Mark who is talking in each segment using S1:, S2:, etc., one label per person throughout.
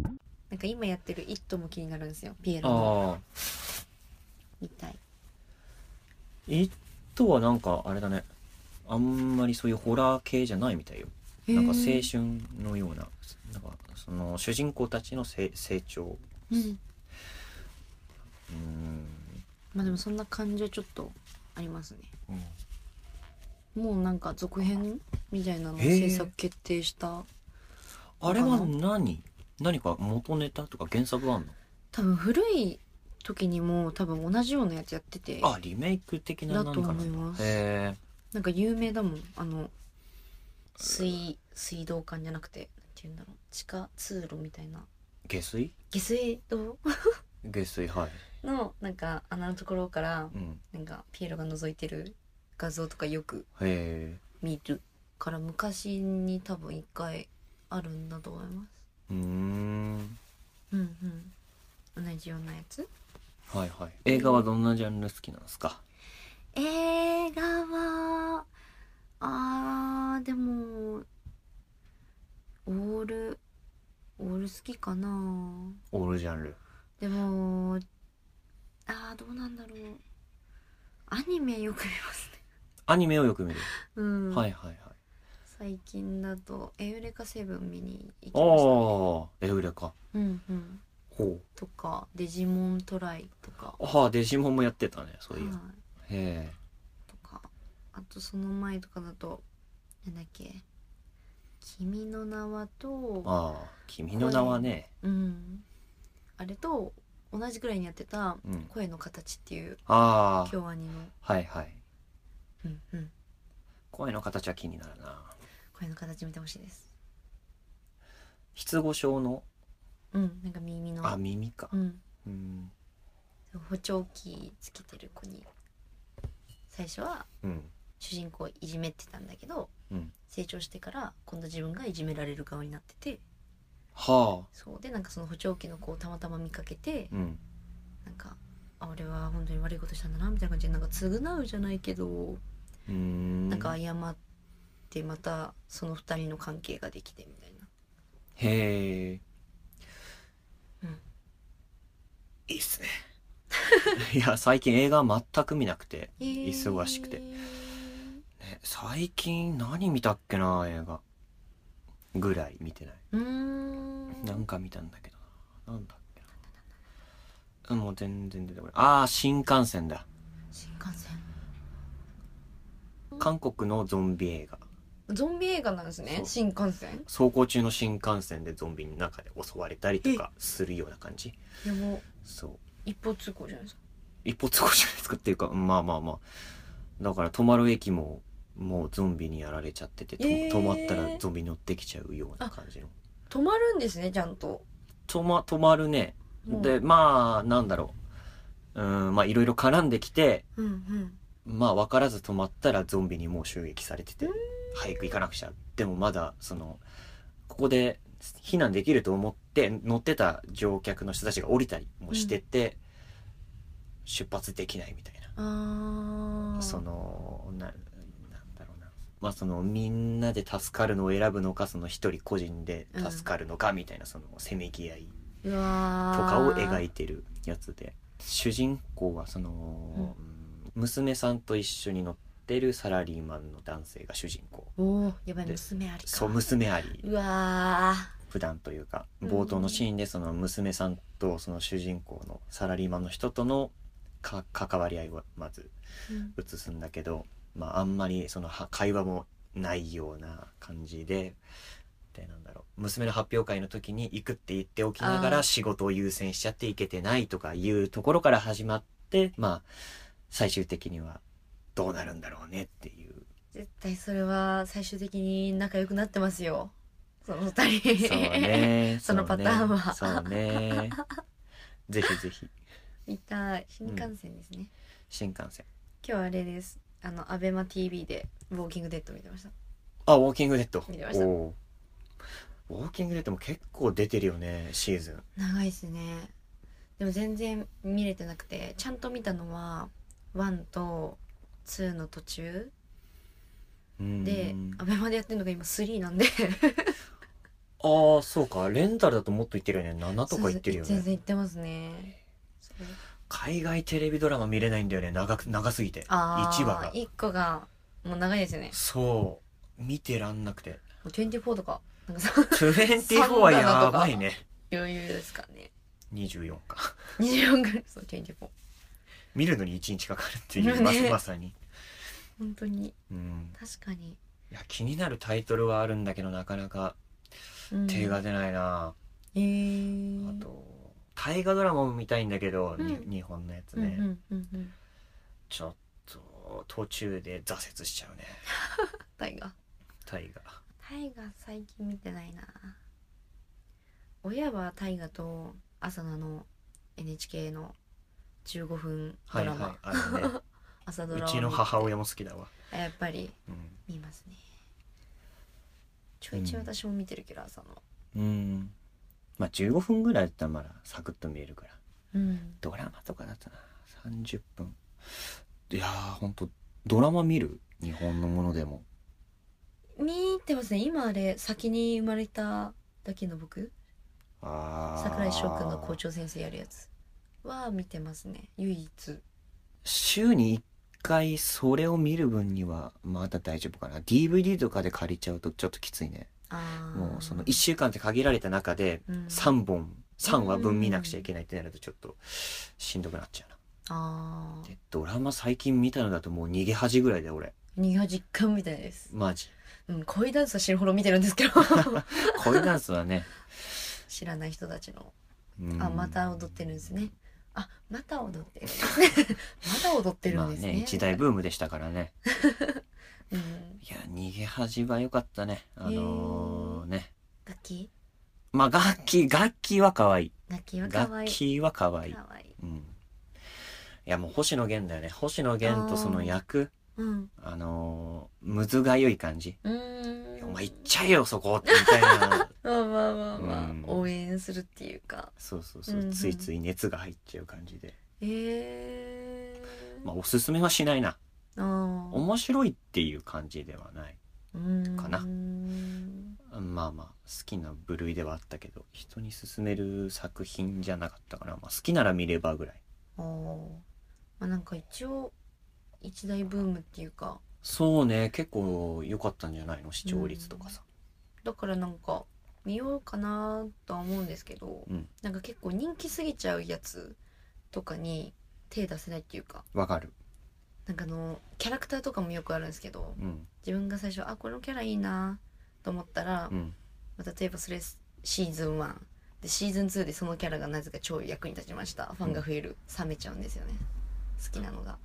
S1: か今やってる「イット!」も気になるんですよピエロの
S2: ああ
S1: みたい
S2: 「イット!」はなんかあれだねあんまりそういうホラー系じゃないみたいよなんか青
S1: へえ
S2: 春のようななんかその主人公たちのせ成長
S1: うん
S2: うーん
S1: まあでもそんな感じはちょっとありますね
S2: うん
S1: もうなんか続編みたいなのを
S2: へえ
S1: 制作決定した
S2: あれは何何か元ネタとか原作はあんの
S1: 多分古い時にも多分同じようなやつやってて
S2: あリメイク的な
S1: だ
S2: 何
S1: と
S2: かな
S1: 思い
S2: んだ
S1: ます
S2: へえ
S1: なんか有名だもんあの水水道管じゃなくてなんて言うんだろう地下通路みたいな
S2: 下水
S1: 下水道
S2: 下水はい、
S1: のなんか穴のところから
S2: うん、
S1: なんかピエロが覗いてる画像とかよく
S2: へ
S1: 見るから昔に多分一回あるんだと思います
S2: えうーん
S1: うんうん同じようなやつ
S2: はいはい映画はどんなジャンル好きなんですか
S1: 映画はあーでもオールオール好きかな
S2: オールジャンル
S1: でもあーどうなんだろうアニメよく見ますね
S2: アニメをよく見る、
S1: うん、
S2: はいはいはい
S1: 最近だと「エウレカセブン」見に行き
S2: あ
S1: まし
S2: あエウレカ
S1: たうんうん
S2: ほ
S1: とか「デジモントライ」とか
S2: うああデジモンもやってたねそういう
S1: はい
S2: へえ
S1: とかあとその前とかだとなんだっけ「君の名は」と
S2: ああ君の名はね、
S1: うん、あれと同じくらいにやってた
S2: うん
S1: 「声の形」っていう
S2: ああ
S1: 京アニの、
S2: はいはい
S1: うんうん、
S2: 声の形は気になるな
S1: 声の形見てほしいです
S2: 失語症の
S1: うんなんか耳の
S2: あ耳か
S1: うん、
S2: うん
S1: 補聴器つけてる子に最初は
S2: うん
S1: 主人公をいじめてたんだけど、
S2: うん
S1: 成長してから今度自分がいじめられる側になってて
S2: は
S1: そうでなんかその補聴器の子をたまたま見かけて
S2: あうん
S1: なんかあ俺は本当に悪いことしたんだなみたいな感じでなんか償うじゃないけど
S2: うーん
S1: なんか謝ってまたその二人の関係ができてみたいな
S2: へえ、
S1: うん
S2: いいっすね いや最近映画全く見なくて、忙しくてね、最近何見たっけな映画ぐらい見てないう
S1: ーん
S2: なんか見たんだけどななんだっけなうんもう全然出てこないああ新幹線だ
S1: 新幹線
S2: 韓国のゾンビ映画
S1: ゾンビ映画なんですね
S2: そう
S1: 新幹線
S2: 走行中の新幹線でゾンビの中で襲われたりとかするような感じ
S1: いやもう
S2: そう
S1: 一方通行じゃないですか
S2: 一歩通行じゃないですかっていうかまあまあまあだから止まる駅ももうゾンビにやられちゃってて、と
S1: えー
S2: 止まったらゾンビ乗ってきちゃうような感じの
S1: 止まるんですねちゃんと
S2: 止ま止まるね
S1: もう
S2: でまあなんだろううーんまあいろいろ絡んできて
S1: うんうん
S2: まあ分からず止まったらゾンビにもう襲撃されてて早く行かなくちゃでもまだそのここで避難できると思って乗ってた乗客の人たちが降りたりもしてて、出発できないみたいな
S1: あー
S2: そのななんだろうなまあそのみんなで助かるのを選ぶのかその一人個人で助かるのかみたいな、そのせめぎ合いう
S1: わ
S2: とかを描い
S1: て
S2: てるやつで主人公はその、うん娘さんと一緒に乗ってるサラリーマンの男性が主人公
S1: おーやばい
S2: で
S1: 娘ありか
S2: そう娘あり
S1: うわ
S2: 普段というか
S1: うん
S2: 冒頭のシーンでその娘さんとその主人公のサラリーマンの人とのか関わり合いをまず
S1: ー、うん
S2: 映すんだけど、まあ、あんまりそのは会話もないような感じででなんだろう娘の発表会の時に行くって言っておきなが
S1: あー
S2: ら仕事を優先しちゃって行けてないとかいうところから始まってまあ最終的にはどうなるんだろうねっていう
S1: 絶対それは最終的に仲良くなってますよその二人
S2: そ うね
S1: そのパターンは
S2: そうね そうねぜひぜひ
S1: 見たい新幹線ですね、
S2: 新幹線
S1: 今日あれですあのアベマ t v で「ウォーキングデッド」見てました
S2: あウォーキングデッド
S1: 見てました
S2: おーウォーキングデッドも結構出てるよねシーズン
S1: 長いですねでも全然見れてなくてちゃんと見たのは1と2の途中
S2: うん
S1: で、アベマでやってるのが今3なんで
S2: ああ、そうか。レンタルだともっと行ってるよね。7とか行ってるよ
S1: 全
S2: ね。
S1: 然行ってますねそう
S2: 海外テレビドラマ見れないんだよね。長く、長すぎて。
S1: あ
S2: 1話が。
S1: 1個がもう長いですよね
S2: そう。見てらんなくて。
S1: もう24とかなんかさ
S2: 24はやばいね。
S1: 余裕ですかね
S2: 24か。
S1: 24ぐらいそう24
S2: 見るのに1日かかるっていう、ま
S1: ね
S2: まさに。
S1: 本当に
S2: うん。
S1: 確かに、
S2: いや、気になるタイトルはあるんだけど、なかなか
S1: うん
S2: 手が出ないな、
S1: えー、
S2: あと、大河ドラマも見たいんだけど、に
S1: うん
S2: 日本のやつ
S1: うんう
S2: ね。
S1: んうんうん
S2: ちょっと、途中で挫折しちゃうね。
S1: タイガー
S2: 大河。
S1: タイガー最近見てないな親はタイガーと朝菜の NHK の15分ド
S2: は
S1: ラ
S2: い
S1: マ、
S2: はい。あのね。
S1: 朝ド
S2: う
S1: ラを
S2: ちの母親も好きだわ。
S1: あやっぱり
S2: うん。
S1: 見ますねちょいちょい私も見てるけど朝の
S2: うん。まあ15分ぐらいだったらまだサクッと見えるから。
S1: うん
S2: ドラマとかだったな。30分。いやー、ほんと、ドラマ見る日本のものでも。
S1: 見てますね今あれ先に生まれただけの僕
S2: あー
S1: 桜井翔くんが校長先生やるやつは見てますね唯一
S2: 週に1回それを見る分にはまだ大丈夫かな。DVD とかで借りちゃうとちょっときついね。
S1: ああ
S2: もうその1週間って限られた中で3本、3話分見なくちゃいけないってなるとちょっとしんどくなっちゃうな。
S1: あ
S2: でドラマ最近見たのだともう逃げ恥ぐらいで俺
S1: あ逃が実感みたいです
S2: マジ
S1: うん恋ダンスは知るほど見てるんです けど
S2: 恋ダンスは ね、
S1: 知らない人たちの
S2: うん
S1: あまた踊ってるんですねあまた踊ってるんです ねまだ踊ってるんですね,、
S2: まあね一大ブームでしたからね
S1: うん、
S2: いや逃げ恥は良かったねあのーね
S1: 楽器
S2: まあ楽器楽器は可愛い
S1: 楽器は可
S2: 楽
S1: 愛い
S2: 器は可愛い
S1: 可愛い
S2: うんいやもう星野源だよね星野源とその役
S1: うん
S2: あのーむずがゆい感じ
S1: うーん
S2: お前行っちゃえよそこみたい な
S1: まあまあまあまあ、
S2: うん
S1: 応援するっていうか
S2: そうそうそう、
S1: うんうん
S2: ついつい熱が入っちゃう感じで
S1: ええ
S2: まあおすすめはしないな
S1: あー
S2: 面白いっていう感じではないかな
S1: うーん
S2: まあまあ好きな部類ではあったけど人に勧める作品じゃなかったかな、まあ、好きなら見ればぐらい
S1: あーまあなんか一応一大ブームっていうか
S2: そうね結構良かったんじゃないの視聴率とかさ、
S1: だからなんか見ようかなとは思うんですけど、
S2: うん
S1: なんか結構人気すぎちゃうやつとかに手出せないっていうか
S2: わかる
S1: なんかあのキャラクターとかもよくあるんですけど
S2: うん
S1: 自分が最初あこのキャラいいなと思ったら、
S2: うん
S1: まあ例えばそれシーズン1でシーズン2でそのキャラがなぜか超役に立ちましたファンが増える、冷めちゃうんですよね好きなのが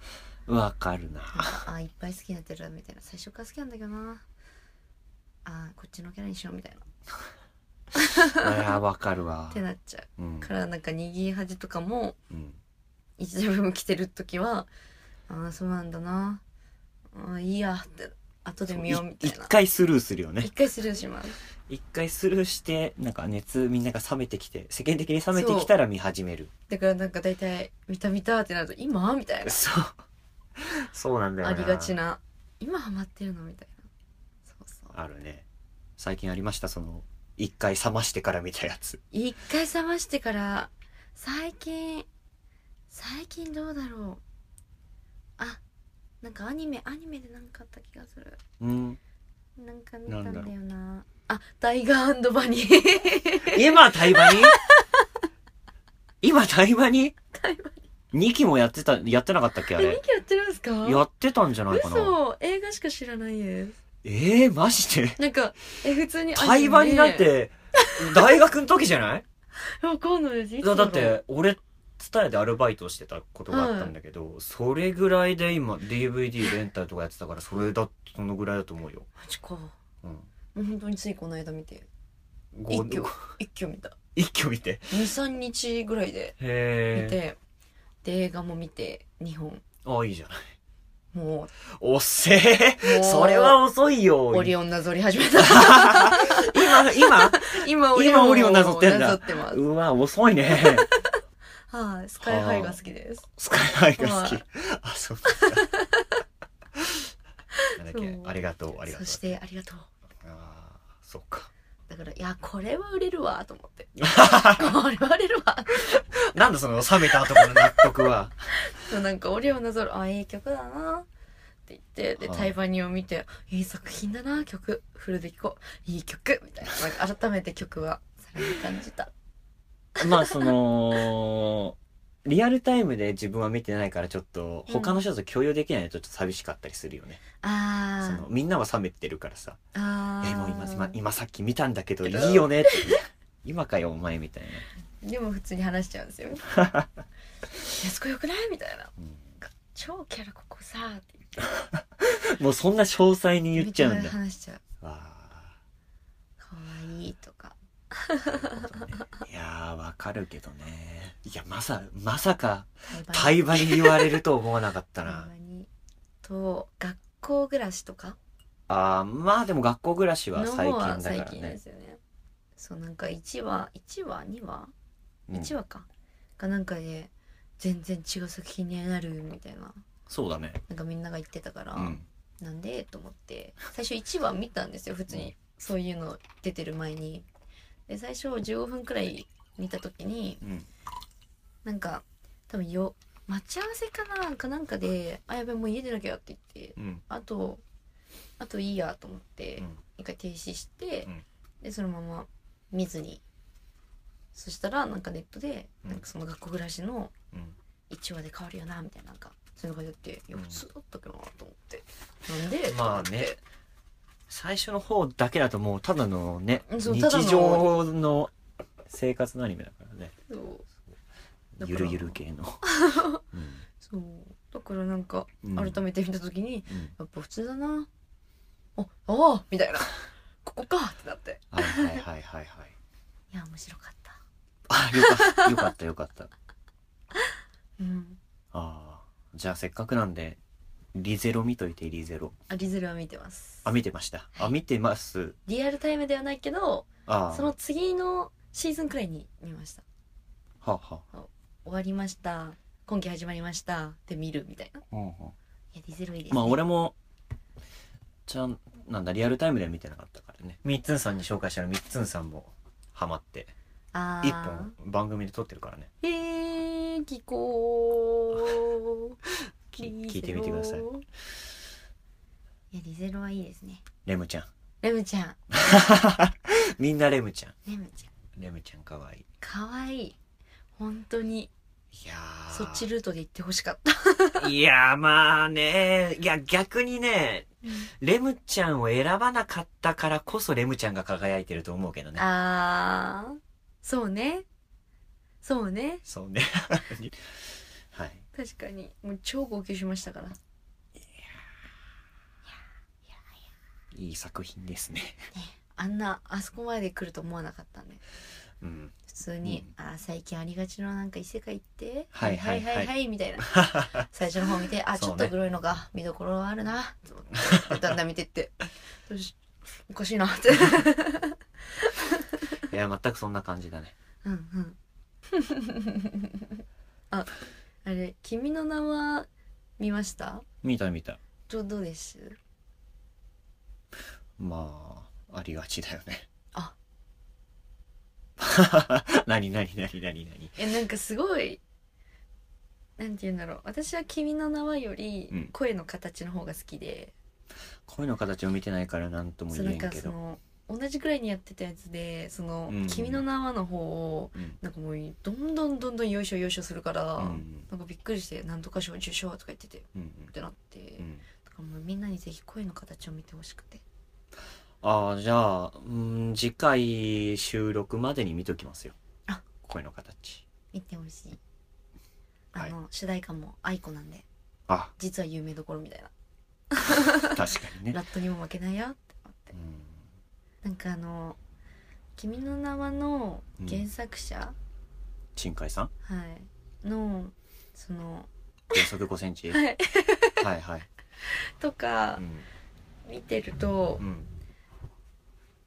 S2: わかる
S1: な
S2: な
S1: んかあいっぱい好きになってるみたいな最初から好きなんだけどなあこっちのキャラにしようみたいな
S2: いやわかる わ
S1: ってなっちゃ
S2: うん
S1: うからなんか逃げ恥とかも
S2: うん
S1: 一部分来てる時はああそうなんだなあーいいやって後で見ようみ
S2: い
S1: たい
S2: 一
S1: な
S2: 回スルーするよね
S1: 一回スルーします
S2: 一回スルーしてなんか熱みんなが冷めてきて世間的に冷めてきたら見始める
S1: だからなんか大体「見た見た」ってなると「今?」みたいな
S2: そうそうなんだよ
S1: あ
S2: な
S1: りがちな今ハマってるのみたいなそうそう
S2: あるね最近ありましたその一回冷ましてから見たやつ
S1: 一回冷ましてから最近最近どうだろうあなんかアニメアニメでなんかあった気がする
S2: うん
S1: なんか見たん
S2: なんだろ
S1: だ
S2: う
S1: よなあタイガーバニー
S2: 今対話 に今対話に
S1: 対話
S2: 2期もやってたやってなかったっけ あ
S1: えミ
S2: れ
S1: キやってるんですか
S2: やってたんじゃないかな
S1: 嘘映画しか知らないです
S2: ええー、マジで
S1: なんかえ普通にアニ
S2: 対
S1: メ
S2: 話になんて大学の時じゃない
S1: わかんないです いつ
S2: だ
S1: だろ
S2: だ
S1: う
S2: って俺伝えでアルバイトしてたことがあったんだけど、それぐらいで今 DVD レンタルとかやってたからそれだそのぐらいだと思うよ、
S1: マジかも
S2: うん、
S1: う本当についこの間見て
S2: ご
S1: 一挙一挙見た
S2: 一挙見て
S1: 23日ぐらいで見
S2: へえ
S1: て、で映画も見て2本
S2: あいいじゃん
S1: も
S2: おっせえ
S1: う
S2: それは遅いよ
S1: うオリオンなぞり始めた
S2: 今、今
S1: 今
S2: 今オリオンなぞってんだ
S1: なぞってます
S2: うわ、遅いね。
S1: はい、スカイハイが好きです
S2: スカイハイが好き
S1: は。
S2: あ、そうなんだ。なんだっ
S1: そ
S2: け
S1: う
S2: ありがとう、ありがと。
S1: そうしてありがとう
S2: あーそっか。
S1: だからいやこれは売れるわと思ってこれは売れるわ
S2: なんだその冷めた後の納得は。
S1: そうなんかオリオンな空あいい曲だなって言ってで
S2: はい
S1: タイバニを見ていい作品だな曲フルで聴こういい曲みたいななんか改めて曲はさらに感じた
S2: まあその、リアルタイムで自分は見てないからちょっと
S1: うん
S2: 他の人と共有できないのちょっと寂しかったりするよね。そ
S1: あ
S2: のみんなは冷めてるからさ。
S1: ーあ
S2: え、
S1: ー
S2: もう今、今、今さっき見たんだけどいいよ ねって。いや今かよお前みたいな。
S1: でも普通に話しちゃうん ですよ安子よくないみたいな
S2: うん
S1: 超キャラここさーって
S2: もうそんな詳細に言っちゃうん
S1: め
S2: だ
S1: ち。話しちゃう
S2: わ
S1: 可愛いとか
S2: あ、なるほどねいやーわかるけどね。いや、まさ、まさか、
S1: 対
S2: 対話に言われると思わなかっ たな。
S1: にと学校暮らしとか
S2: あーまあでも学校暮らしは
S1: の
S2: 最
S1: 方
S2: 近だ
S1: は
S2: か
S1: 最
S2: ら
S1: 近で
S2: ね。
S1: すよねそうなんか1話1話2話
S2: うん
S1: 1話かがなんかで全然違う作品になるみたいな
S2: そうだね。
S1: なんかみんなが言ってたから、
S2: うん。
S1: なんでと思って最初1話見たんですよ普通にそういうの出てる前にで最初15分くらい見た時に
S2: うん。
S1: なんか多分よ待ち合わせかななんかなんかで「あやべもう家出なきゃ」って言って
S2: うん。
S1: あとあといいやと思って、
S2: うん
S1: 一回停止して、
S2: うん
S1: でそのまま見ずにそしたらなんかネットで、
S2: うん
S1: なんかその学校暮らしの
S2: うん
S1: 1話で変わるよなみたいななんかそういうのが出ていや
S2: うん
S1: 普通だったけどなと思って、なんで
S2: まあ
S1: と思って
S2: ね最初の方だけだともうただのね、
S1: そうただの
S2: 日常の生活のアニメだからね。
S1: そうだか
S2: ゆ
S1: ら
S2: るゆる系 の。
S1: そうだからなんか
S2: うん
S1: 改めて見た時に、
S2: うんうん
S1: やっぱ普通だなあああみ たいなここかってなって
S2: はいはいはいはいはい。
S1: いや面白かった
S2: あ、よかった、よかった、よかった。
S1: うん
S2: ああ。じゃあせっかくなんで、リゼロ見といて、リゼロ。
S1: あリゼルは見てます
S2: あ、見てました。あ、見てます。
S1: リアルタイムではないけど
S2: ああ。
S1: その次のシーズンくらいに見ました
S2: はあは
S1: 終わりました今季始まりましたで見るみたいない
S2: あ。うんうん
S1: やディゼロいいです、ね、
S2: まあ俺もちゃんなんだリアルタイムでは見てなかったからねみっつんさんに紹介したらみっつんさんもハマって
S1: あ
S2: 一本番組で撮ってるからね
S1: えー、聞こう
S2: き 聞いてみてください
S1: ディゼロいやディゼロはいいですね
S2: レムちゃん
S1: レムちゃん
S2: みんなレムちゃん
S1: レムちゃん
S2: レムちゃんかわいい
S1: かわいい本当に
S2: いやー
S1: そっちルートで行ってほしかった
S2: いやーまあねいや逆にねレムちゃんを選ばなかったからこそレムちゃんが輝いてると思うけどね
S1: あーそうねそうね
S2: そうねはい
S1: 確かにもう超号泣しましたから
S2: いい作品ですね
S1: あんなあそこまで来ると思わなかったんで
S2: うん
S1: 普通に、あー最近ありがちのなんか異世界行って
S2: はいはいはい
S1: はいはいみたい な最初の方見てあ、ちょっ
S2: そう
S1: と
S2: ね
S1: 黒いのが見どころはあるなと思って だんだん見てってどうしおかしい なって
S2: いや全くそんな感じだね
S1: うんうん ああれ「君の名は」見ました
S2: 見た見た
S1: どどうです
S2: まあ、ありがちだよね。
S1: あ。
S2: なになになになになに
S1: えなんかすごいなんて言うんだろう私は「君の名は」よ
S2: う
S1: り
S2: ん
S1: 声の形の方が好きで、
S2: 声の形を見てないから何とも
S1: そうな
S2: 言え
S1: んか
S2: んけ
S1: そ
S2: ど。
S1: の同じくらいにやってたやつでその「
S2: うん
S1: 君の名は」の方を
S2: うん
S1: なんかもうどんどんどんどんよいしょよいしょするから、
S2: うん
S1: なんかびっくりして「なんとか賞受賞」とか言ってて
S2: うん
S1: ってなって、
S2: うん
S1: だからもうみんなにぜひ声の形を見てほしくて
S2: ああ、じゃあ、うん、次回収録までに見ときますよ。
S1: あ
S2: 声の形。
S1: 見てほしいあの、主題歌も愛子なんで
S2: あ、
S1: 実は有名どころみたいな
S2: 確かに
S1: 「
S2: ね。
S1: ラットにも負けないよ」って思って
S2: う
S1: な
S2: ん
S1: んかあの「君の名は」の原作者、
S2: 新海さん
S1: はいのその
S2: 秒速5センチ。
S1: はい
S2: はいはい。
S1: とか
S2: うん。
S1: 見てると
S2: う、ん。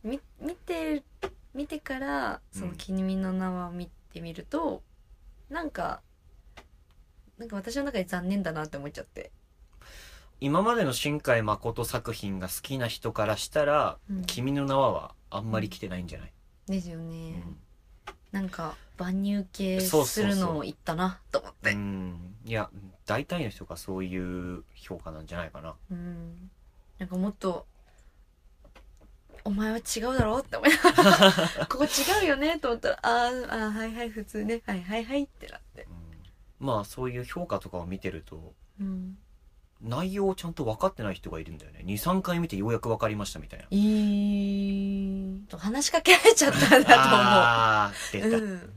S1: み見て見てからその
S2: う
S1: 「
S2: ん
S1: 君の名は」を見てみると、なんかなんか私の中で残念だなって思っちゃって
S2: 今までの新海誠作品が好きな人からしたら
S1: うん
S2: 「君の名は」はあんまり来てないんじゃない、
S1: ですよ
S2: う
S1: ね、
S2: ん
S1: なんか万入系
S2: そうそ
S1: す
S2: うそう
S1: るのを言ったなと思っ
S2: う
S1: て
S2: ん、いや大体の人がそういう評価なんじゃないかな
S1: うんなんかもっとお前は違うだろうって思いながらここ違うよねと思ったらあーあーはいはい普通ねはいはいはいってなって、
S2: うんまあそういう評価とかを見てると
S1: うん、
S2: 内容をちゃんと分かってない人がいるんだよね23回見てようやく分かりましたみたいない
S1: い話しかけられちゃったんだと思う
S2: あー出た
S1: うん、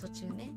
S1: 途中ね